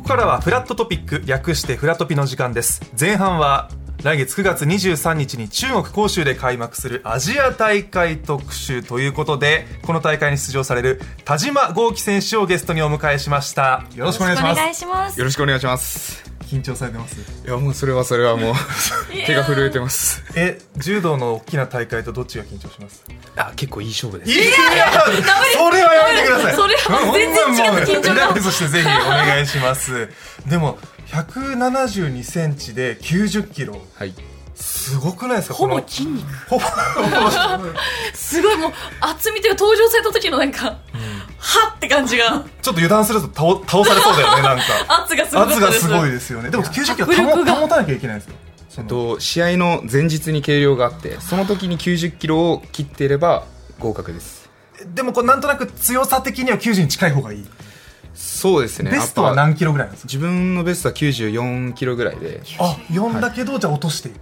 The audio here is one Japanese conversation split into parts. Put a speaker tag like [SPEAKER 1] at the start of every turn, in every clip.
[SPEAKER 1] からはフラットトピック略してフラトピの時間です前半は来月9月23日に中国杭州で開幕するアジア大会特集ということでこの大会に出場される田島豪樹選手をゲストにお迎えしましたよろしくお願いします
[SPEAKER 2] いします
[SPEAKER 3] よろしくお願いします
[SPEAKER 1] 緊張されてます
[SPEAKER 3] いやもうそれはそれはもう手が震えてます
[SPEAKER 1] え柔道の大きな大会とどっちが緊張します
[SPEAKER 3] あ結構いい勝負で
[SPEAKER 1] いやそれはやめてください
[SPEAKER 2] それは全然違う緊張
[SPEAKER 1] リラック
[SPEAKER 2] が
[SPEAKER 1] スしてぜひお願いしますでも172センチで90キロ
[SPEAKER 3] はい
[SPEAKER 1] すごくないですか
[SPEAKER 2] ほぼ
[SPEAKER 1] この
[SPEAKER 2] 筋肉
[SPEAKER 1] ほぼ
[SPEAKER 2] すごいもう厚みというか登場された時のなんか、はって感じが
[SPEAKER 1] ちょっと油断すると倒倒されそうだ よねなんか
[SPEAKER 2] 圧がすごかっ
[SPEAKER 1] 圧
[SPEAKER 2] た
[SPEAKER 1] が
[SPEAKER 2] です
[SPEAKER 1] すごいですよねでも90キロ
[SPEAKER 2] 迫力が
[SPEAKER 1] 保保たなきゃいけないんですよその
[SPEAKER 3] と試合の前日に計量があってその時に90キロを切っていれば合格です
[SPEAKER 1] でもこうなんとなく強さ的には90に近い方がいい
[SPEAKER 3] そうですね
[SPEAKER 1] ベストは
[SPEAKER 3] やっぱ
[SPEAKER 1] 何キロぐらいなんですか
[SPEAKER 3] 自分のベストは94キロぐらいで
[SPEAKER 1] あ4だけどじゃあ落としていく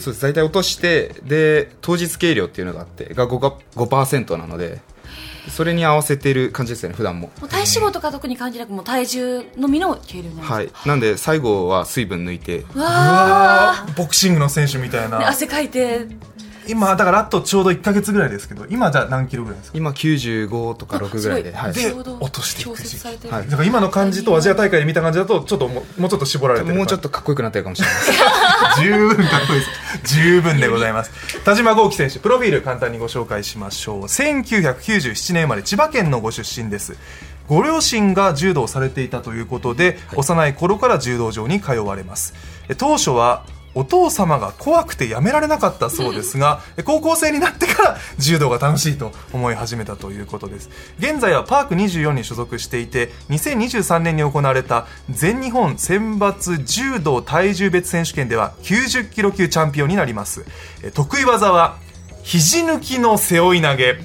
[SPEAKER 3] そうです大体落としてで当日計量っていうのがあってが 5%, が5なのでそれに合わせてる感じですよね普段も
[SPEAKER 2] もう体脂肪とか特に関係なくもう体重のみの軽量なんです
[SPEAKER 3] はいなんで最後は水分抜いて
[SPEAKER 2] う
[SPEAKER 1] う
[SPEAKER 2] わ
[SPEAKER 1] わーボクシングの選手みたい
[SPEAKER 2] ーね
[SPEAKER 1] な
[SPEAKER 2] 汗かいて
[SPEAKER 1] 今だからあとちょうど1か月ぐらいですけど今じゃあ何キロぐらいですか
[SPEAKER 3] 今95とか6ぐらいで、
[SPEAKER 2] すご
[SPEAKER 3] はい、
[SPEAKER 1] で
[SPEAKER 2] ちょうど
[SPEAKER 1] 落としていく
[SPEAKER 2] 調節されてる、
[SPEAKER 3] はい
[SPEAKER 1] だから今の感じとアジア大会で見た感じだとちょっともうもうちょっと絞られてる
[SPEAKER 3] もうちょっとかっこよくなってるかもしれないです。
[SPEAKER 1] 十分かっこいいです十分でございます田島豪樹選手プロフィール簡単にご紹介しましょう1997年生まれ千葉県のご出身ですご両親が柔道をされていたということで、幼い頃から柔道場に通われますえ当初はお父様が怖くてやめられなかったそうですが、え高校生になってから柔道が楽しいと思い始めたということです。現在はパーク24に所属していて、2023年に行われた全日本選抜柔道体重別選手権では90キロ級チャンピオンになります。え得意技は、肘抜きの背負い投げ。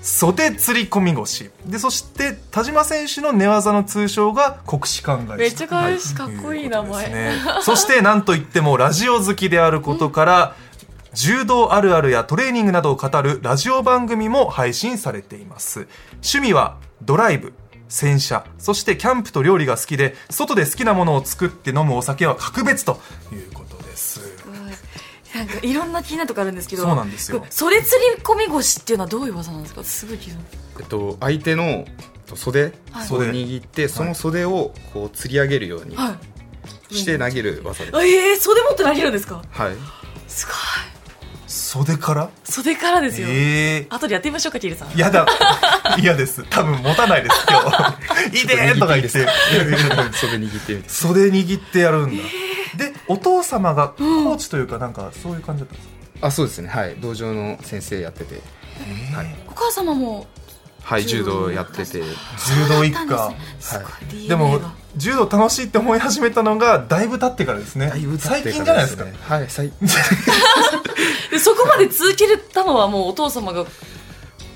[SPEAKER 1] 袖釣り込み腰でそして田島選手の寝技の通称が国士官返し
[SPEAKER 2] めっちゃかわいいしかっ
[SPEAKER 1] とう
[SPEAKER 2] こいい
[SPEAKER 1] と
[SPEAKER 2] 名
[SPEAKER 1] です
[SPEAKER 2] 前、
[SPEAKER 1] ね、そしてなんといってもラジオ好きであることから柔道あるあるやトレーニングなどを語るラジオ番組も配信されています趣味はドライブ洗車そしてキャンプと料理が好きで外で好きなものを作って飲むお酒は格別ということです
[SPEAKER 2] なんかいろんな気になるとこあるんですけど
[SPEAKER 1] そうなんですよ
[SPEAKER 2] こう袖釣り込み腰っていうのはどういう技なんですかすごい気になる
[SPEAKER 3] えっと相手の袖
[SPEAKER 2] はい
[SPEAKER 3] を握って、その袖をこう釣り上げるように
[SPEAKER 2] は
[SPEAKER 3] して投げる技です。
[SPEAKER 2] いええ袖持って投げるんですか
[SPEAKER 3] はい。
[SPEAKER 2] すごい
[SPEAKER 1] 袖から
[SPEAKER 2] 袖からですよ、
[SPEAKER 1] ええ
[SPEAKER 2] 後でやってみましょうかキールさん
[SPEAKER 1] やだ嫌です多分持たない です今日いてーとか言 って
[SPEAKER 3] 袖握ってみて。
[SPEAKER 1] 袖握ってやるんだ、でお父様がコーチというかなんかそういう感じだったんですか、
[SPEAKER 3] あそうですねはい道場の先生やっててはい、
[SPEAKER 2] お母様も
[SPEAKER 3] はい、
[SPEAKER 2] 柔
[SPEAKER 3] 柔
[SPEAKER 2] 道
[SPEAKER 3] 道やってて
[SPEAKER 1] 柔道一
[SPEAKER 2] そうだ
[SPEAKER 1] 家
[SPEAKER 2] ったんですねすごい、
[SPEAKER 1] で
[SPEAKER 2] DNA
[SPEAKER 1] も
[SPEAKER 2] が
[SPEAKER 1] 柔道楽しいって思い始めたのがだいぶ経ってからですね
[SPEAKER 3] だいぶ経っ
[SPEAKER 1] 最
[SPEAKER 3] て
[SPEAKER 1] 近
[SPEAKER 3] か
[SPEAKER 1] じゃな
[SPEAKER 3] ら
[SPEAKER 1] いですか
[SPEAKER 3] ねはい最
[SPEAKER 2] でそこまで続けたのはもうお父様が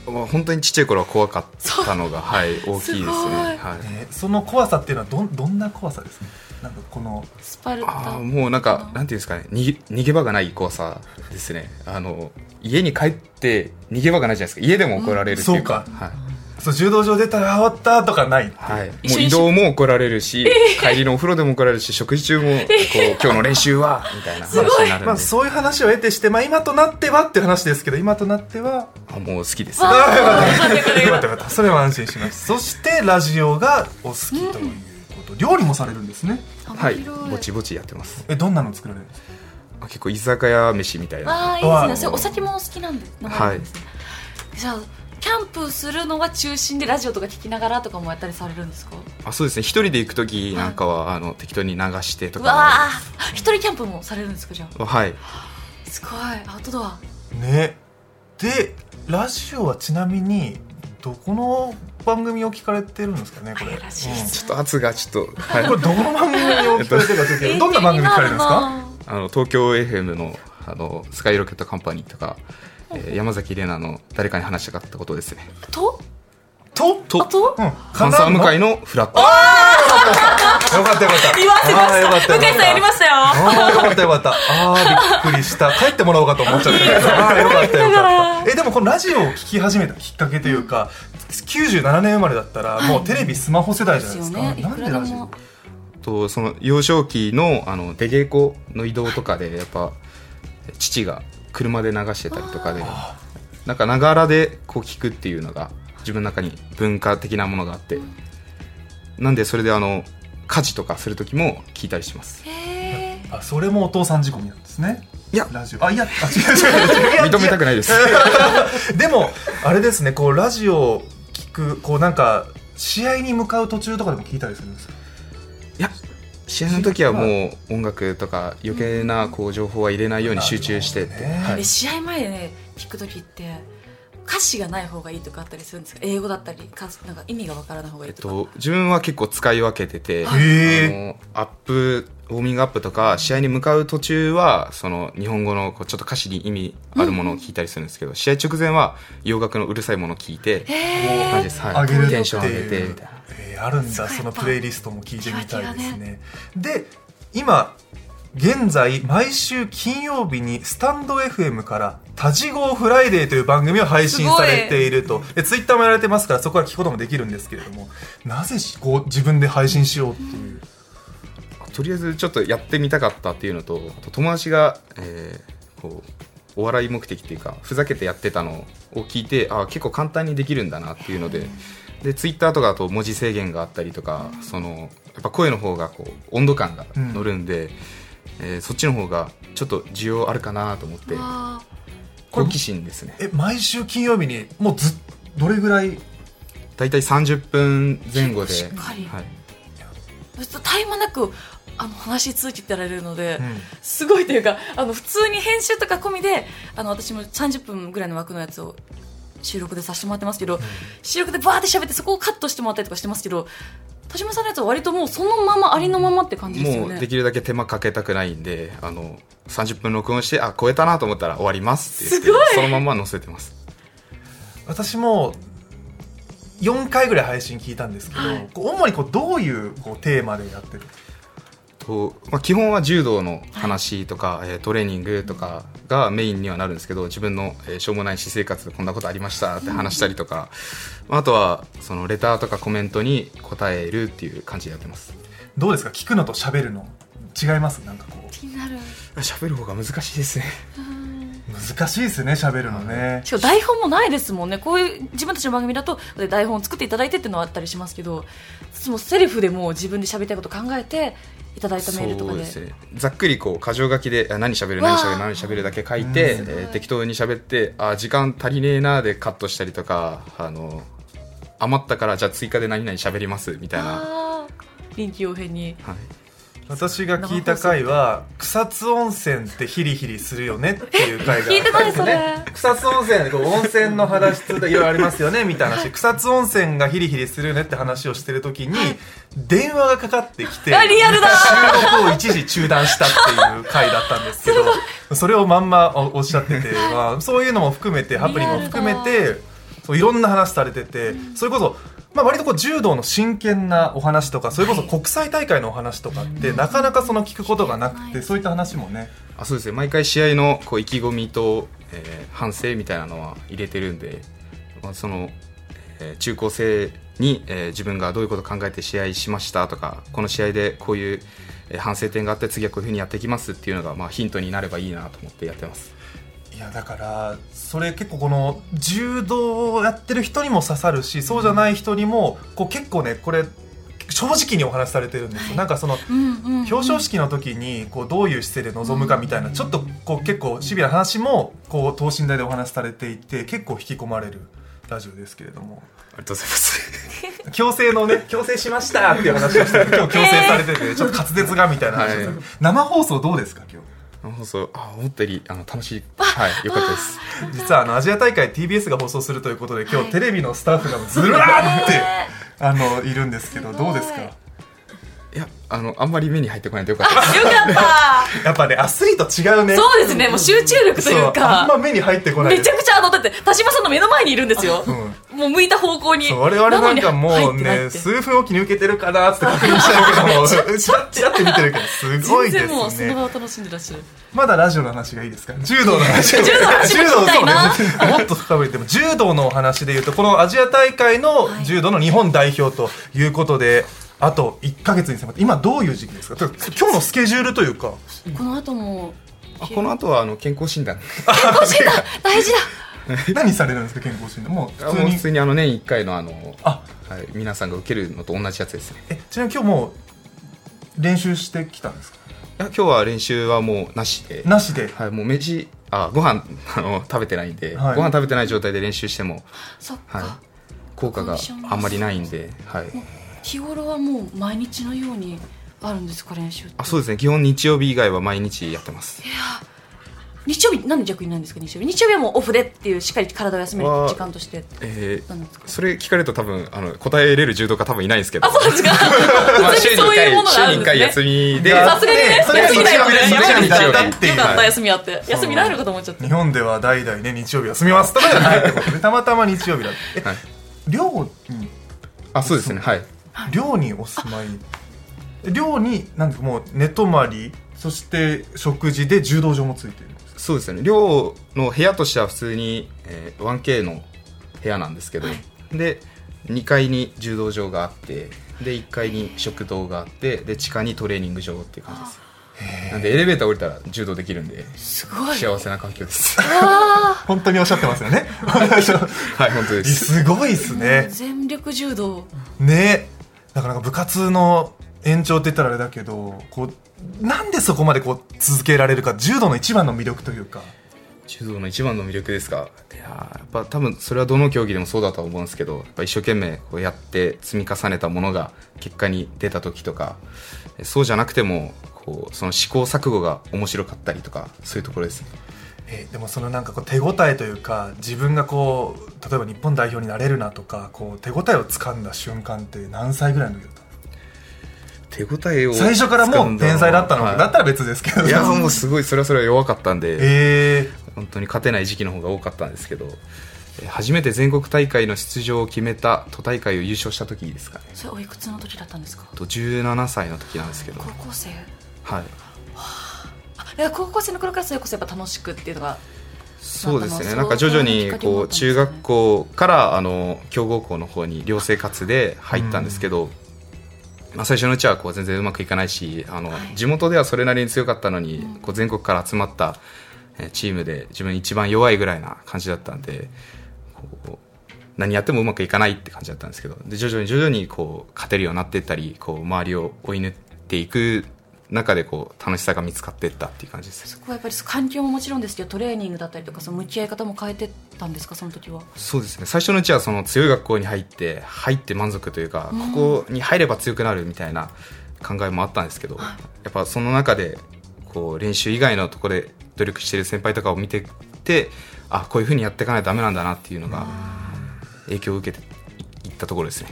[SPEAKER 3] もう本当にちっちゃい頃は怖かったのがはい大きいですね
[SPEAKER 2] すごい
[SPEAKER 3] はい。
[SPEAKER 1] えーその怖さっていうのはどんどんな怖さですかなんかこの
[SPEAKER 2] スパル
[SPEAKER 3] あ
[SPEAKER 2] タ
[SPEAKER 3] ーもうなんかなんていうんですかね逃げ逃げ場がない怖さですねあの家に帰って逃げ場がないじゃないですか家でも怒られるっていうか,、
[SPEAKER 1] うん
[SPEAKER 3] はい
[SPEAKER 1] そう柔道場出たらあ終わったとかない
[SPEAKER 3] はい、も
[SPEAKER 2] 一緒
[SPEAKER 3] う
[SPEAKER 2] に
[SPEAKER 3] 移動も怒られるし、帰りのお風呂でも怒られるし食事中もこう今日の練習はみたいな話になるんで、
[SPEAKER 1] まあ、そういう話を得てして、まあ、今となってはっていう話ですけど今となっては
[SPEAKER 3] あもう好きで す
[SPEAKER 2] わ
[SPEAKER 3] ね
[SPEAKER 1] あよか
[SPEAKER 2] よかった
[SPEAKER 1] っ
[SPEAKER 2] よかったた
[SPEAKER 1] よかったよかったそれは安心しますそしてラジオがお好きということ、料理もされるんですね
[SPEAKER 3] は
[SPEAKER 2] 幅
[SPEAKER 3] い
[SPEAKER 2] 広
[SPEAKER 3] ぼちぼちやってます
[SPEAKER 1] えどんなの作られるんですか
[SPEAKER 3] あ結構居酒屋飯みたいな
[SPEAKER 2] ああいいです
[SPEAKER 1] は
[SPEAKER 2] ね
[SPEAKER 1] い
[SPEAKER 2] それお酒もお好きなんで飲ま
[SPEAKER 3] は
[SPEAKER 2] れる
[SPEAKER 3] い
[SPEAKER 2] んですね、じゃあキャンプするのは中心でラジオとか聞きながらとかもやったりされるんですか
[SPEAKER 3] あそうですね一人で行く時なんかはあの適当に流してと
[SPEAKER 2] うわ
[SPEAKER 3] か
[SPEAKER 2] あ一人キャンプもされるんですかじゃ
[SPEAKER 3] はい
[SPEAKER 2] あすごいアウトドア
[SPEAKER 1] ねでラジオはちなみにどこの番組を聞かれてるんですかねこれ
[SPEAKER 2] あれらしい
[SPEAKER 1] うん
[SPEAKER 2] です
[SPEAKER 3] ちょっと圧がちょっと、はい、
[SPEAKER 1] これどこの番組を聞かれてるかというとどんな番組聞かれるんですか
[SPEAKER 3] あの東京 FM のあのスカイロケットカンパニーとか、えー山崎怜奈の誰かに話したかったことですね
[SPEAKER 2] と
[SPEAKER 1] と
[SPEAKER 2] あ と
[SPEAKER 1] うん
[SPEAKER 3] パンサー向
[SPEAKER 1] か
[SPEAKER 3] 井
[SPEAKER 1] な
[SPEAKER 3] のフラット
[SPEAKER 1] よかったよかった
[SPEAKER 2] 言わせま
[SPEAKER 1] あーよかっ
[SPEAKER 2] したた
[SPEAKER 1] よかった
[SPEAKER 2] 向井さんやりましたよ
[SPEAKER 1] ああよかったよかったああびっくりした帰ってもらおうかと思っちゃったけどああよかったよかったえでもこのラジオを聞き始めたきっかけというか97年生まれだったらもうテレビスマホ世代じゃないですか、
[SPEAKER 2] ですよね
[SPEAKER 1] なんでラジ
[SPEAKER 2] いくら
[SPEAKER 1] オ
[SPEAKER 2] でも
[SPEAKER 3] とその幼少期のあの出稽古の移動とかでやっぱ父が車で流してたりとかでなんかながらでこう聞くっていうのが自分の中に文化的なものがあってなんでそれであの家事とかする時も聞いたりします
[SPEAKER 2] へえ
[SPEAKER 1] あそれもお父さん仕込みなんですね
[SPEAKER 3] いや
[SPEAKER 1] ラジオあいやあ違う違う違う
[SPEAKER 3] 認めたくないです
[SPEAKER 1] でもあれですねこうラジオを聞くこうなんか試合に向かう途中とかでも聞いたりするんですか
[SPEAKER 3] いや試合の時はもう音楽とか余計なこう情報は入れないように集中してって、
[SPEAKER 1] なるほどね
[SPEAKER 3] はい
[SPEAKER 2] で試合前でね聞く時って歌詞がない方がいいとかあったりするんですか英語だったりかなんか意味がわからない方がい
[SPEAKER 3] え
[SPEAKER 2] い
[SPEAKER 3] っ
[SPEAKER 2] とか、
[SPEAKER 3] と、自分は結構使い分けてて、
[SPEAKER 1] へ
[SPEAKER 3] あのアップウォーミングアップとか試合に向かう途中はその日本語のこうちょっと歌詞に意味あるものを聞いたりするんですけど、試合直前は洋楽のうるさいものを聞いて、
[SPEAKER 2] へ
[SPEAKER 3] 感じです、は
[SPEAKER 1] 上
[SPEAKER 3] い、
[SPEAKER 1] げるって
[SPEAKER 3] テ
[SPEAKER 1] い
[SPEAKER 3] ンション上げてみ
[SPEAKER 1] う
[SPEAKER 3] たいな。
[SPEAKER 1] えーあるん
[SPEAKER 2] そ
[SPEAKER 1] だ
[SPEAKER 2] うやっぱ
[SPEAKER 1] そのプレイリストも聞いてみたいですね
[SPEAKER 2] キ
[SPEAKER 1] で今現在毎週金曜日にスタンド FM から「タジゴーフライデー」という番組を配信されているとでツイッターもやられてますからそこから聞くこともできるんですけれどもなぜこう自分で配信しようっていう
[SPEAKER 3] とりあえずちょっとやってみたかったっていうのとあと友達が、えーこうお笑い目的っていうかふざけてやってたのを聞いてあ結構簡単にできるんだなっていうのででツイッターとかだと文字制限があったりとかそのやっぱ声の方がこう温度感が乗るんで、えーそっちの方がちょっと需要あるかなと思って
[SPEAKER 2] ーあ
[SPEAKER 3] 好奇心ですね
[SPEAKER 1] え毎週金曜日にもうずっどれぐらい
[SPEAKER 3] 大体30分前後で、
[SPEAKER 2] しっかり
[SPEAKER 3] はい、
[SPEAKER 2] ー絶対間なくあの話し続けてられるので、
[SPEAKER 1] うん
[SPEAKER 2] すごいというかあの普通に編集とか込みであの私も30分ぐらいの枠のやつを収録でさせてもらってますけど、収録でバーって喋ってそこをカットしてもらったりとかしてますけど田島さんのやつは割ともうそのままありのままって感じですよ
[SPEAKER 3] も
[SPEAKER 2] ね
[SPEAKER 3] うできるだけ手間かけたくないんであの30分録音してあ超えたなと思ったら終わりますって言って
[SPEAKER 2] すごい
[SPEAKER 3] そのまんま載せてます
[SPEAKER 1] 私も4回ぐらい配信聞いたんですけど、
[SPEAKER 2] はい
[SPEAKER 1] こう主にこうどういうこうテーマでやってる
[SPEAKER 3] と、まあ、基本は柔道の話とか、えートレーニングとかがメインにはなるんですけど自分の、えーしょうもない私生活でこんなことありましたって話したりとか、まああとはそのレターとかコメントに答えるっていう感じでやってます
[SPEAKER 1] どうですか聞くのと喋るの違いますなんかこ
[SPEAKER 2] 気になる
[SPEAKER 3] 喋る方が難しいですね
[SPEAKER 1] う難しいですね喋るのね
[SPEAKER 2] しかも台本もないですもんねこういう自分たちの番組だと台本を作っていただいてっていうのはあったりしますけどもうセルフでもう自分で喋りたいこと考えていただいたメールとか
[SPEAKER 3] そう
[SPEAKER 2] で
[SPEAKER 3] ですねざっくりこう箇条書きであ何喋る
[SPEAKER 2] わあ
[SPEAKER 3] 何喋る何喋るだけ書いて、
[SPEAKER 1] うん
[SPEAKER 3] えー適当に喋ってあ時間足りねえなでカットしたりとかあの余ったからじゃあ追加で何々喋りますみたいな、は
[SPEAKER 2] あー臨機応変に
[SPEAKER 3] い、
[SPEAKER 1] 私が聞いた回は草津温泉ってヒリヒリするよねっていう回が
[SPEAKER 2] 聞いてないそれ
[SPEAKER 1] ね草津温泉でこう温泉の話といろいろありますよねみたいな話草津温泉がヒリヒリするよねって話をしてる時に電話がかかってきて
[SPEAKER 2] あリアルだ
[SPEAKER 1] 収録を一時中断したっていう回だったんですけどそれをまんまおおっしゃって て、まあ、そういうのも含めてハプニングも含めてそういろんな話されてて、それこそ、まあ、割とこう柔道の真剣なお話とかそれこそ国際大会のお話とかって、なかなかその聞くことがなくて、そういった話もね
[SPEAKER 3] あそうですね毎回試合のこう意気込みと、えー反省みたいなのは入れてるんで、まあ、その、えー中高生に、えー自分がどういうことを考えて試合しましたとかこの試合でこういう、えー反省点があって次はこういうふうにやっていきますっていうのが、まあ、ヒントになればいいなと思ってやってます
[SPEAKER 1] いやだからそれ結構この柔道をやってる人にも刺さるしそうじゃない人にもこう結構ねこれ正直にお話しされてるんですよ、なんかその
[SPEAKER 2] うんうんうん
[SPEAKER 1] 表彰式の時にこうどういう姿勢で臨むかみたいなちょっとこう結構シビアな話もこう等身大でお話しされていて結構引き込まれるラジオですけれども
[SPEAKER 3] ありがとうございます
[SPEAKER 1] 強制のね 強制しましたっていう話をして今日強制されててちょっと滑舌がみたいな話をされて、
[SPEAKER 3] はい
[SPEAKER 1] 生放送どうですか今日
[SPEAKER 3] 放送 あ思ったよりあの楽しいはいよかったです
[SPEAKER 1] 実はあのアジア大会 TBS が放送するということで今
[SPEAKER 2] は
[SPEAKER 1] 日
[SPEAKER 2] い
[SPEAKER 1] テレビのスタッフがずらーって、
[SPEAKER 2] え
[SPEAKER 1] あのいるんですけど
[SPEAKER 2] すご
[SPEAKER 1] ど
[SPEAKER 2] い
[SPEAKER 1] うですか
[SPEAKER 3] いやあのあんまり目に入ってこないでよかったです
[SPEAKER 2] ーよか った
[SPEAKER 1] やっぱねアスリート違うね
[SPEAKER 2] そうですねもう集中力と
[SPEAKER 1] そう
[SPEAKER 2] いう
[SPEAKER 1] あんま
[SPEAKER 2] か
[SPEAKER 1] 目に入ってこない
[SPEAKER 2] め
[SPEAKER 1] で
[SPEAKER 2] ち
[SPEAKER 1] す
[SPEAKER 2] ゃくちゃあのだって田島さんの目の前にいるんですよ、もう向いた方向に
[SPEAKER 1] そう我々なんかもう
[SPEAKER 2] なのに入ってない
[SPEAKER 1] ね
[SPEAKER 2] って
[SPEAKER 1] 数分おきに受けてるかなって確認しちゃう けどもちらちらって見てるけどすごいで
[SPEAKER 2] 全然もう
[SPEAKER 1] す
[SPEAKER 2] その
[SPEAKER 1] ね
[SPEAKER 2] 場を楽しんでらっしゃる
[SPEAKER 1] まだラジオの話がいいですか柔道の話柔
[SPEAKER 2] 道の話も聞きたいな
[SPEAKER 1] そうねもっと深めても柔道のお話でいうとこのアジア大会の柔道の日本代表ということで、あと1か月に迫って今どういう時期ですかちょっと今日のスケジュールと いうか
[SPEAKER 2] この後も
[SPEAKER 3] あこの後はあの健康診断
[SPEAKER 2] 大事だ
[SPEAKER 1] 何されるんですか健康診断もう
[SPEAKER 3] あ
[SPEAKER 1] 普
[SPEAKER 3] もう普
[SPEAKER 1] 通
[SPEAKER 3] 通
[SPEAKER 1] に
[SPEAKER 3] にあの年1回のあの、
[SPEAKER 1] あ
[SPEAKER 3] はい、皆さんが受けるのと同じやつですね
[SPEAKER 1] えちなみに今日もう練習してきたんですか
[SPEAKER 3] いや今日は練習はもうなしで
[SPEAKER 1] なしで
[SPEAKER 3] はい、もう飯あご飯あの食べてないんで、
[SPEAKER 1] はい
[SPEAKER 3] ご飯食べてない状態で練習しても、
[SPEAKER 2] そっか、
[SPEAKER 3] はい、効果があんまりないんで、はい、
[SPEAKER 2] もう日頃はもう毎日のようにあるんですか練習って
[SPEAKER 3] あそうですね基本日曜日以外は毎日やってます
[SPEAKER 2] 日曜日なんで逆にないんですか日曜日日曜日はもうオフでっていうしっかり体を休める時間として
[SPEAKER 3] えー
[SPEAKER 2] なんですか
[SPEAKER 3] それ聞かれると多分あの答えれる柔道家多分いないんですけど
[SPEAKER 2] あそう ですか
[SPEAKER 3] まあ
[SPEAKER 2] 普通にそういうものがあ
[SPEAKER 3] 週
[SPEAKER 2] る
[SPEAKER 3] に
[SPEAKER 2] んですね
[SPEAKER 3] 1回休みで
[SPEAKER 2] さすがにね
[SPEAKER 1] それが
[SPEAKER 2] 休みないよね
[SPEAKER 1] それが日曜日だったっていう
[SPEAKER 2] よかっ
[SPEAKER 3] は
[SPEAKER 2] た
[SPEAKER 3] い
[SPEAKER 2] 休みあって休みられるかと思っちゃって
[SPEAKER 1] 日本では代々ね日曜日休みますとかじゃないってことでたまたま日曜日だってえ
[SPEAKER 3] はい
[SPEAKER 1] 寮に
[SPEAKER 3] あそうですねはい
[SPEAKER 1] 寮にお住まい寮になんですかもう寝泊まりそして食事で柔道場もついてるんですか
[SPEAKER 3] そうですね寮の部屋としては普通に、えー 1K の部屋なんですけど、で2階に柔道場があってで1階に食堂があってで地下にトレーニング場っていう感じですなんでエレベーター降りたら柔道できるんです
[SPEAKER 2] ごい
[SPEAKER 3] 幸せな環境です
[SPEAKER 2] あ
[SPEAKER 1] 本当におっしゃってますよね
[SPEAKER 3] はい本当です
[SPEAKER 1] すごいです
[SPEAKER 2] ー
[SPEAKER 1] ね
[SPEAKER 2] 全力柔道
[SPEAKER 1] ねなかなか部活の延長って言ったらあれだけどこうなんでそこまでこう続けられるか柔道の一番の魅力というか
[SPEAKER 3] 柔道の一番の魅力ですかいやーやっぱ多分それはどの競技でもそうだとは思うんですけどやっぱ一生懸命こうやって積み重ねたものが結果に出た時とかえそうじゃなくてもこうその試行錯誤が面白かったりとかそういうところですね
[SPEAKER 1] えーでもそのなんかこう手応えというか自分がこう例えば日本代表になれるなとかこう手応えを掴んだ瞬間って何歳ぐらいの時だったの
[SPEAKER 3] 手応えを
[SPEAKER 1] 最初からもう天才だったのか、
[SPEAKER 3] はい
[SPEAKER 1] だったら別ですけど
[SPEAKER 3] いやもうすごいそれはそれは弱かったんで、
[SPEAKER 1] え
[SPEAKER 3] 本当に勝てない時期の方が多かったんですけどえ初めて全国大会の出場を決めた都大会を優勝した時ですかね
[SPEAKER 2] それおいくつの時だったんですか
[SPEAKER 3] と17歳の時なんですけど
[SPEAKER 2] 高校生
[SPEAKER 3] はい
[SPEAKER 2] あだから高校生の頃からそれこそやっぱ楽しくっていうのが
[SPEAKER 3] そうですね
[SPEAKER 2] な
[SPEAKER 3] なんん
[SPEAKER 2] か
[SPEAKER 3] か
[SPEAKER 2] そ
[SPEAKER 3] 徐
[SPEAKER 2] う
[SPEAKER 3] 々
[SPEAKER 2] いう
[SPEAKER 3] に
[SPEAKER 2] きっかけもあった
[SPEAKER 3] こう
[SPEAKER 2] んですね
[SPEAKER 3] 中学校からあの強豪校の方に寮生活で入ったんですけど、まあ、最初のうちはこう全然うまくいかないしあの、
[SPEAKER 2] はい
[SPEAKER 3] 地元ではそれなりに強かったのに、こう全国から集まったえーチームで自分一番弱いぐらいな感じだったんでこう何やってもうまくいかないって感じだったんですけどで徐々に徐々にこう勝てるようになっていったりこう周りを追い抜っていく中でこう楽しさが見つかっていったっていう感じです
[SPEAKER 2] そこはやっぱり環境ももちろんですけどトレーニングだったりとかその向き合い方も変えてたんですかその時は
[SPEAKER 3] そうですね最初のうちはその強い学校に入って入って満足というか、ここに入れば強くなるみたいな考えもあったんですけど、やっぱその中でこう練習以外のところで努力してる先輩とかを見ててあこういうふうにやっていかないとダメなんだなっていうのが影響を受けていったところですね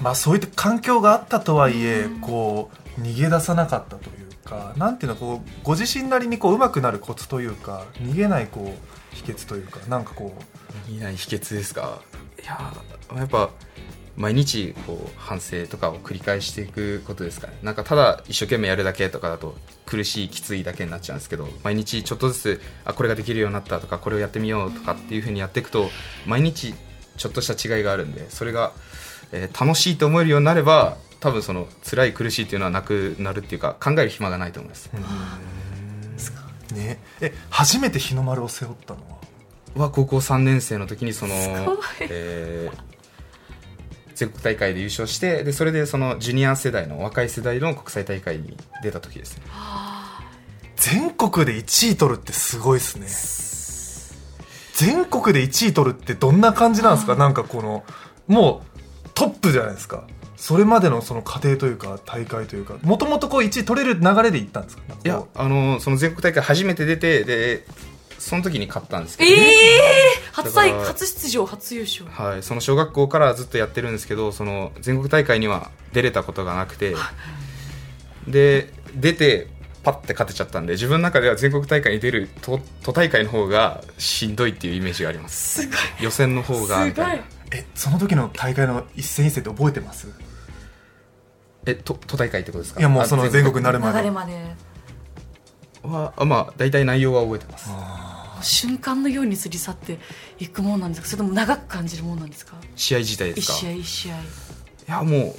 [SPEAKER 1] ーまあそういった環境があったとはいえこう逃げ出さなかったというかなんていうのこうご自身なりにこう上手くなるコツというか逃げないこう秘訣というかなんかこう
[SPEAKER 3] いない秘訣ですかいやーやっぱ毎日こう反省とかを繰り返していくことですかねなんかただ一生懸命やるだけとかだと苦しいきついだけになっちゃうんですけど毎日ちょっとずつあこれができるようになったとかこれをやってみようとかっていうふうにやっていくと毎日ちょっとした違いがあるんでそれが、えー楽しいと思えるようになれば多分その辛い苦しいっていうのはなくなるっていうか考える暇がないと思います、
[SPEAKER 1] ねえ初めて日の丸を背負ったのは
[SPEAKER 3] は高校3年生の時にその
[SPEAKER 2] ごい、
[SPEAKER 3] えー全国大会で優勝してでそれでそのジュニア世代の若い世代の国際大会に出た時ですね
[SPEAKER 1] 全国で1位取るってすごいですね全国で1位取るってどんな感じなんですかなんかこのもうトップじゃないですかそれまでのその過程というか大会というかもともとこう1位取れる流れでいったんですかなんかこう
[SPEAKER 3] いやあのその全国大会初めて出てでその時に勝ったんですけ
[SPEAKER 2] え
[SPEAKER 3] ど、
[SPEAKER 2] えー、初
[SPEAKER 3] だ
[SPEAKER 2] 対
[SPEAKER 3] から
[SPEAKER 2] 初出場初優勝
[SPEAKER 3] はい、その小学校からずっとやってるんですけどその全国大会には出れたことがなくてで出てパッて勝てちゃったんで自分の中では全国大会に出る都都大会の方がしんどいっていうイメージがあります
[SPEAKER 2] すごい
[SPEAKER 3] 予選の方がみたいな
[SPEAKER 1] えその時の大会の一戦一戦って覚えてます
[SPEAKER 3] えと都大会ってことですか
[SPEAKER 1] いやもうその
[SPEAKER 3] あ
[SPEAKER 1] 全国になる
[SPEAKER 2] す
[SPEAKER 1] ま
[SPEAKER 2] ごい流れ
[SPEAKER 1] で
[SPEAKER 2] まで
[SPEAKER 3] はあまあ大体内容は覚えてます
[SPEAKER 2] 瞬間のように過ぎ去っていくもんなんですかそれとも長く感じるもんなんですか
[SPEAKER 3] 試合自体で
[SPEAKER 2] 一
[SPEAKER 3] すか
[SPEAKER 2] 試合
[SPEAKER 3] い
[SPEAKER 2] 一試合
[SPEAKER 3] やもう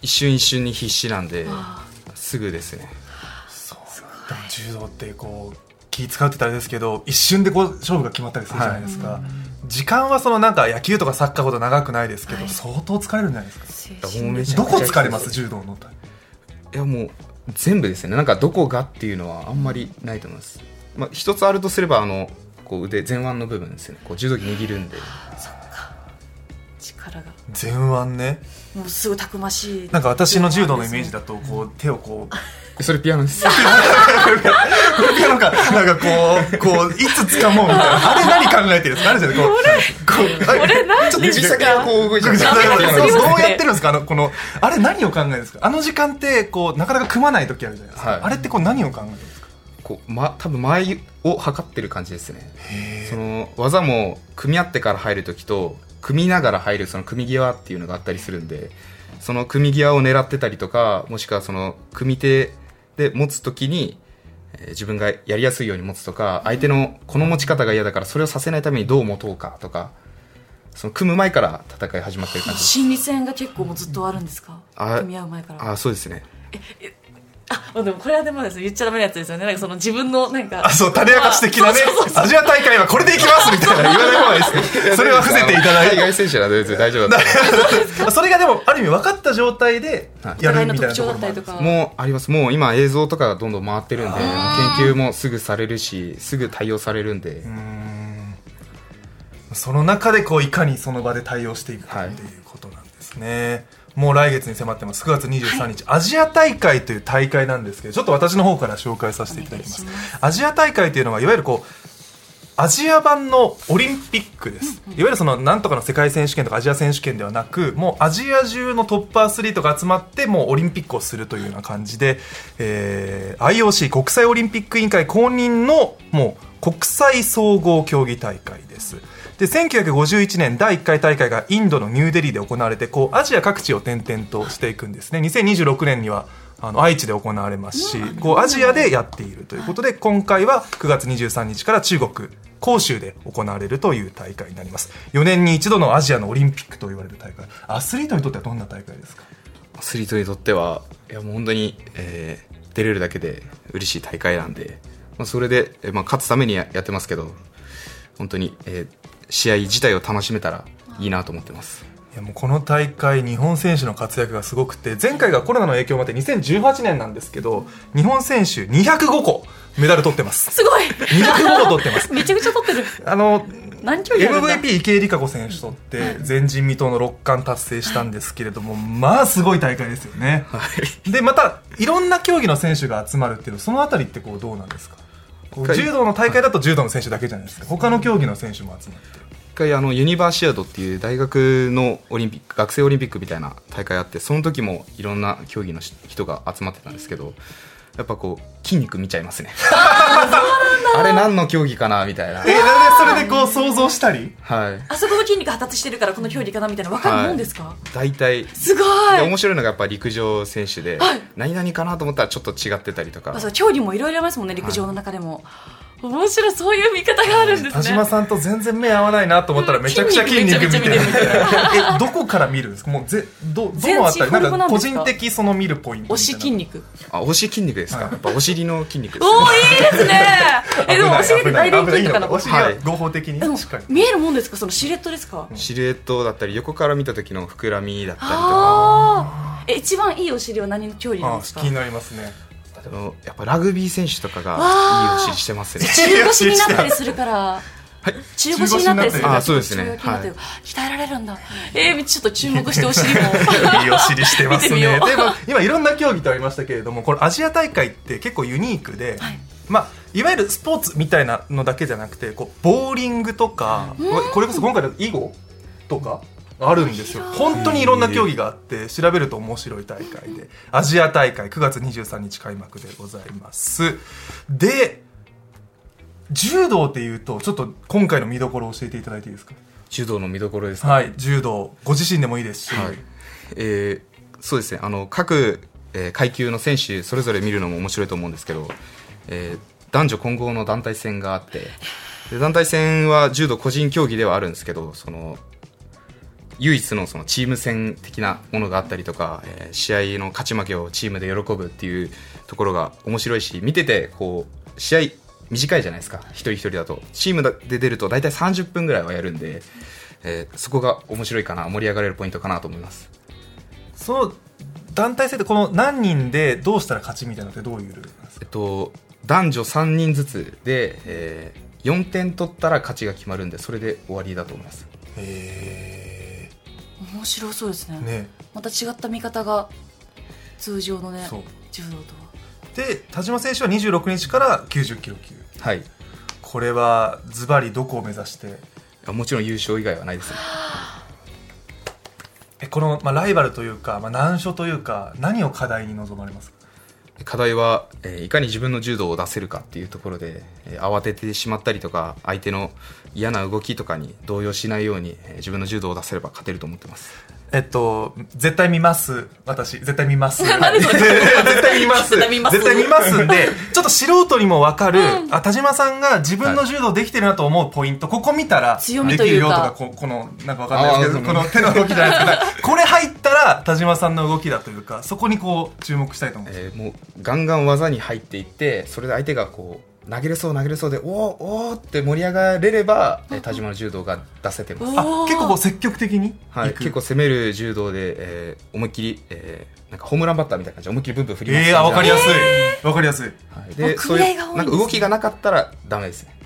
[SPEAKER 3] 一瞬一瞬に必死なんで
[SPEAKER 2] あ
[SPEAKER 3] すぐですね
[SPEAKER 1] でも柔道ってこう気使うって言ったらあれですけど一瞬でこう勝負が決まったりするじゃないですか、時間はそのなんか野球とかサッカーほど長くないですけど、
[SPEAKER 2] はい
[SPEAKER 1] 相当疲れるんじゃないですか
[SPEAKER 2] 精
[SPEAKER 3] いやもう
[SPEAKER 2] 神
[SPEAKER 3] めちゃ
[SPEAKER 1] ど
[SPEAKER 3] くちゃ
[SPEAKER 1] こ疲れます柔道の
[SPEAKER 3] いやもう全部ですねなんかどこがっていうのはあんまりないと思います、まあ、一つあるとすればあのこう腕前腕の部分ですねこう柔道着握るんで
[SPEAKER 2] 力が
[SPEAKER 1] 前腕ね
[SPEAKER 2] もうすぐたくましい
[SPEAKER 1] なんか私の柔道のイメージ
[SPEAKER 2] だ
[SPEAKER 1] だとこう手をこう
[SPEAKER 3] それピアノです
[SPEAKER 1] なんかなんかこうこういつ掴もうみたいなあれ何考えてるんですかあれじゃないこうこうあれ
[SPEAKER 2] 何
[SPEAKER 1] ちょっと
[SPEAKER 2] で
[SPEAKER 1] 指
[SPEAKER 2] す
[SPEAKER 3] 指
[SPEAKER 2] か
[SPEAKER 3] 先がこう動いちゃ
[SPEAKER 1] ど
[SPEAKER 3] う
[SPEAKER 1] う
[SPEAKER 2] ダメだすります ね
[SPEAKER 1] やってるんですかあのこのあれ何を考えるんですかあの時間ってこうなかなか組まない時あるじゃないですか、
[SPEAKER 3] はい
[SPEAKER 1] あれってこう何を考えるんですか
[SPEAKER 3] こう、ま、多分前を測ってる感じですねその技も組み合ってから入る時と組みながら入るその組み際っていうのがあったりするんでその組み際を狙ってたりとかもしくはその組み手で持つ時にえー自分がやりやすいように持つとか相手のこの持ち方が嫌だからそれをさせないためにどう持とうかとかその組む前から戦い始まってる感じです
[SPEAKER 2] 心理戦が結構もうずっとあるんですか
[SPEAKER 3] あ
[SPEAKER 2] 組み合う前から
[SPEAKER 3] ああそうですね
[SPEAKER 2] あでもこれはでもですね言っちゃダメなやつですよねなんかその自分のなんか
[SPEAKER 1] あそう種明かし的なね
[SPEAKER 2] そうそうそう
[SPEAKER 1] アジア大会はこれでいきますみたいな言わない方がいいですねそれは伏せていただい
[SPEAKER 3] 海
[SPEAKER 1] て
[SPEAKER 3] 外選手なら別に大丈夫だと思います
[SPEAKER 1] それがでもある意味分かった状態で
[SPEAKER 3] はい
[SPEAKER 1] や
[SPEAKER 2] 互
[SPEAKER 1] る
[SPEAKER 2] いの
[SPEAKER 1] みたい
[SPEAKER 2] 特
[SPEAKER 1] なとこ
[SPEAKER 2] 徴だ
[SPEAKER 1] ろもあ
[SPEAKER 2] ったり
[SPEAKER 1] る
[SPEAKER 2] とか
[SPEAKER 3] もうありますもう今映像とかがどんどん回ってるんで研究もすぐされるしすぐ対応されるんで、
[SPEAKER 1] うーんその中でこういかにその場で対応していくか
[SPEAKER 3] はい
[SPEAKER 1] っていうことなんですね、もう来月に迫ってます9月23日、アジア大会という大会なんですけどちょっと私の方から紹介させていただきます
[SPEAKER 2] お願いし
[SPEAKER 1] アジア大会というのはいわゆるこうアジア版のオリンピックです、いわゆるそのなんとかの世界選手権とかアジア選手権ではなくもうアジア中のトップアスリートが集まってもうオリンピックをするというような感じで、えー IOC 国際オリンピック委員会公認のもう国際総合競技大会ですで1951年第1回大会がインドのニューデリーで行われてこうアジア各地を転々としていくんですね2026年にはあの愛知で行われますし、こうアジアでやっているということで、今回は9月23日から中国広州で行われるという大会になります4年に一度のアジアのオリンピックと言われる大会アスリートにとってはどんな大会ですか
[SPEAKER 3] アスリートにとってはいやもう本当に、えー出れるだけで嬉しい大会なんで、まあ、それで、えーまあ、勝つためにややってますけど本当に、えー試合自体を楽しめたらいいなと思ってます
[SPEAKER 1] いやもうこの大会日本選手の活躍がすごくて前回がコロナの影響もあって2018年なんですけど日本選手205個メダル取ってます
[SPEAKER 2] すごい
[SPEAKER 1] 205個取ってます
[SPEAKER 2] めちゃくちゃ取ってる
[SPEAKER 1] あの
[SPEAKER 2] 何競技あるんだ
[SPEAKER 1] MVP 池江璃花子選手とって前人未到の6冠達成したんですけれども、まあすごい大会ですよね、でまたいろんな競技の選手が集まるっていうのそのあたりってこうどうなんですかこう
[SPEAKER 3] はい
[SPEAKER 1] 柔道の大会だと柔道の選手だけじゃないですか他の競技の選手も集まってる
[SPEAKER 3] 一回あのユニバーシアードっていう大学のオリンピック学生オリンピックみたいな大会あってその時もいろんな競技のし人が集まってたんですけどやっぱこう筋肉見ちゃいますねあれ何の競技かなみたいな
[SPEAKER 1] えなんでそれでこう想像したり
[SPEAKER 3] はい
[SPEAKER 2] あそこの筋肉発達してるからこの競技かなみたいな分かるもんですか、
[SPEAKER 3] 大体、
[SPEAKER 2] すごい
[SPEAKER 3] で面白いのがやっぱ陸上選手で、
[SPEAKER 2] はい
[SPEAKER 3] 何々かなと思ったらちょっと違ってたりとか
[SPEAKER 2] まあ、そう競技もいろいろありますもんね陸上の中でも、面白いそういう見方があるんです
[SPEAKER 1] 田
[SPEAKER 2] ね
[SPEAKER 1] 島さんと全然目合わないなと思ったらめちゃくちゃ筋肉見てる
[SPEAKER 2] 筋肉めちゃくち
[SPEAKER 1] えどこから見るんですかもうぜどど
[SPEAKER 2] 全
[SPEAKER 1] のあ
[SPEAKER 2] 身
[SPEAKER 1] たりな
[SPEAKER 2] フォルム
[SPEAKER 1] んか
[SPEAKER 2] なん
[SPEAKER 1] 個
[SPEAKER 2] ですか
[SPEAKER 1] 人的その見るポイントみた
[SPEAKER 2] 推
[SPEAKER 1] い
[SPEAKER 2] し
[SPEAKER 1] な
[SPEAKER 2] 筋肉
[SPEAKER 3] あお尻筋肉ですか、
[SPEAKER 1] はい
[SPEAKER 3] やっぱお尻の筋肉です
[SPEAKER 2] お
[SPEAKER 3] ね
[SPEAKER 2] おいいですね えでも
[SPEAKER 1] 危
[SPEAKER 2] お
[SPEAKER 1] ない
[SPEAKER 2] 尻って大臀
[SPEAKER 1] 危
[SPEAKER 2] 筋と
[SPEAKER 1] な
[SPEAKER 2] か
[SPEAKER 1] い
[SPEAKER 2] な
[SPEAKER 1] お
[SPEAKER 2] の
[SPEAKER 1] 尻は
[SPEAKER 3] はい
[SPEAKER 1] 合法的に
[SPEAKER 2] でも
[SPEAKER 1] しっかり
[SPEAKER 2] 見えるもんですかそのシルエットですか、
[SPEAKER 3] シルエットだったり横から見た時の膨らみだったりとか
[SPEAKER 2] ああえ一番いいお尻は何の競技なん
[SPEAKER 1] あ
[SPEAKER 2] です
[SPEAKER 1] 気
[SPEAKER 2] か
[SPEAKER 1] になりますね
[SPEAKER 3] あのやっぱラグビー選手とかが
[SPEAKER 2] わあ
[SPEAKER 3] いいお尻してますね
[SPEAKER 2] 中腰になったりするから
[SPEAKER 3] はい
[SPEAKER 2] 中腰になったりするから
[SPEAKER 3] あそうですね
[SPEAKER 2] 中腰になったり
[SPEAKER 3] は
[SPEAKER 2] 鍛えられるんだえー、ちょっと注目してお尻も
[SPEAKER 1] いいお尻してますね。
[SPEAKER 2] 見てみよう
[SPEAKER 1] でまあ 今いろんな競技とありましたけれども、これアジア大会って結構ユニークで、
[SPEAKER 2] はい
[SPEAKER 1] まあいわゆるスポーツみたいなのだけじゃなくて、こうボーリングとか、これこそ今回だと囲碁とか。あるんですよ本当にいろんな競技があって調べると面白い大会でアジア大会9月23日開幕でございますで柔道っていうとちょっと今回の見どころを教えていただいていいですか
[SPEAKER 3] 柔道の見どころですか、
[SPEAKER 1] はい柔道ご自身でもいいですし、
[SPEAKER 3] はいえーそうですねあの各、えー階級の選手それぞれ見るのも面白いと思うんですけど、えー男女混合の団体戦があってで団体戦は柔道個人競技ではあるんですけどその唯一のそのチーム戦的なものがあったりとか、えー試合の勝ち負けをチームで喜ぶっていうところが面白いし見ててこう試合短いじゃないですか一人一人だとチームだで出ると大体30分ぐらいはやるんで、えーそこが面白いかな盛り上がれるポイントかなと思います
[SPEAKER 1] その団体戦ってこの何人でどうしたら勝ちみたいなのってどういうルールなんですか
[SPEAKER 3] えっと、男女3人ずつで、え4点取ったら勝ちが決まるんでそれで終わりだと思います
[SPEAKER 1] へ
[SPEAKER 2] 面白そうですね
[SPEAKER 1] ーね
[SPEAKER 2] また違った見方が通常のね
[SPEAKER 1] そう
[SPEAKER 2] 柔道とは
[SPEAKER 1] で田島選手は26日から90キロ級
[SPEAKER 3] はい
[SPEAKER 1] これはズバリどこを目指して
[SPEAKER 3] あもちろん優勝以外はないですね
[SPEAKER 1] えこの、まあ、ライバルというか、まあ、難所というか何を課題に臨まれますか
[SPEAKER 3] 課題は、えーいかに自分の柔道を出せるかっていうところで、えー慌ててしまったりとか相手の嫌な動きとかに動揺しないように、えー自分の柔道を出せれば勝てると思ってます
[SPEAKER 1] えっと、絶対見ます。私、絶対見 ます。
[SPEAKER 2] 何それ
[SPEAKER 1] 絶対見ます。
[SPEAKER 2] 絶対見ます
[SPEAKER 1] んで、ちょっと素人にもわかる、あ、田島さんが自分の柔道できてるなと思うポイント、ここ見たら、
[SPEAKER 2] 強みというか
[SPEAKER 1] できるよとか、ここの、なんかわかんないですけど、こ
[SPEAKER 3] あ
[SPEAKER 1] の手の動きじゃないですけど、これ入ったら、田島さんの動きだというか、そこにこう、注目したいと思うんです。
[SPEAKER 3] えーもうガンガン技に入っていってそれで相手がこう投げれそう投げれそうでおーおーって盛り上がれれば、えー田島の柔道が出せてます
[SPEAKER 2] お
[SPEAKER 1] あ
[SPEAKER 2] ー、
[SPEAKER 1] 結構こう積極的に
[SPEAKER 3] はい、
[SPEAKER 1] 行く。
[SPEAKER 3] 結構攻める柔道で、えー思いっきり、えーなんかホームランバッターみたいな感じで思いっきりブンブン振ります
[SPEAKER 1] ええー、あわかりや
[SPEAKER 3] い、
[SPEAKER 1] すい。わかりやすい。
[SPEAKER 3] はい、
[SPEAKER 2] もう
[SPEAKER 3] で
[SPEAKER 2] 組
[SPEAKER 3] そういう
[SPEAKER 2] 合が多いんですね
[SPEAKER 3] なんか動きがなかったらダメですね、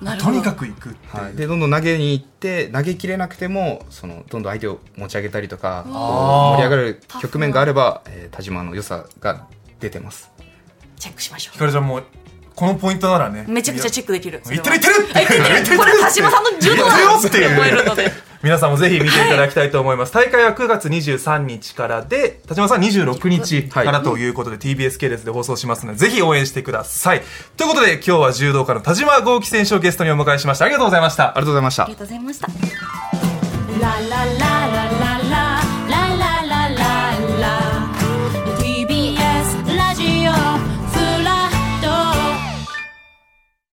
[SPEAKER 2] なるほ
[SPEAKER 1] と
[SPEAKER 2] ど
[SPEAKER 1] にかく行くっていう。
[SPEAKER 3] はい、でどんどん投げに行って投げきれなくてもそのどんどん相手を持ち上げたりとかこう
[SPEAKER 1] あー
[SPEAKER 3] 盛り上がる局面があれば、えー田島の良さが出てます
[SPEAKER 2] チェックしましょ
[SPEAKER 1] ひかるちゃんも、このポイントならね。
[SPEAKER 2] うめちゃくちゃチェックできる
[SPEAKER 1] いってるいってる
[SPEAKER 2] あいってるいってるこれ田島さんの柔道だ
[SPEAKER 1] いってる
[SPEAKER 2] って
[SPEAKER 1] よっていう
[SPEAKER 2] 思えるので
[SPEAKER 1] 皆さんもぜひ見ていただきたいと思います。大会は9月23日からで、田島さん26日からということで、TBS 系列で放送しますので、ぜひ応援してください。ということで、今日は柔道家の田島豪輝選手をゲストにお迎えしました。ありがとうございました
[SPEAKER 3] あ。りがとうございました
[SPEAKER 2] ありがとうございました
[SPEAKER 4] La la la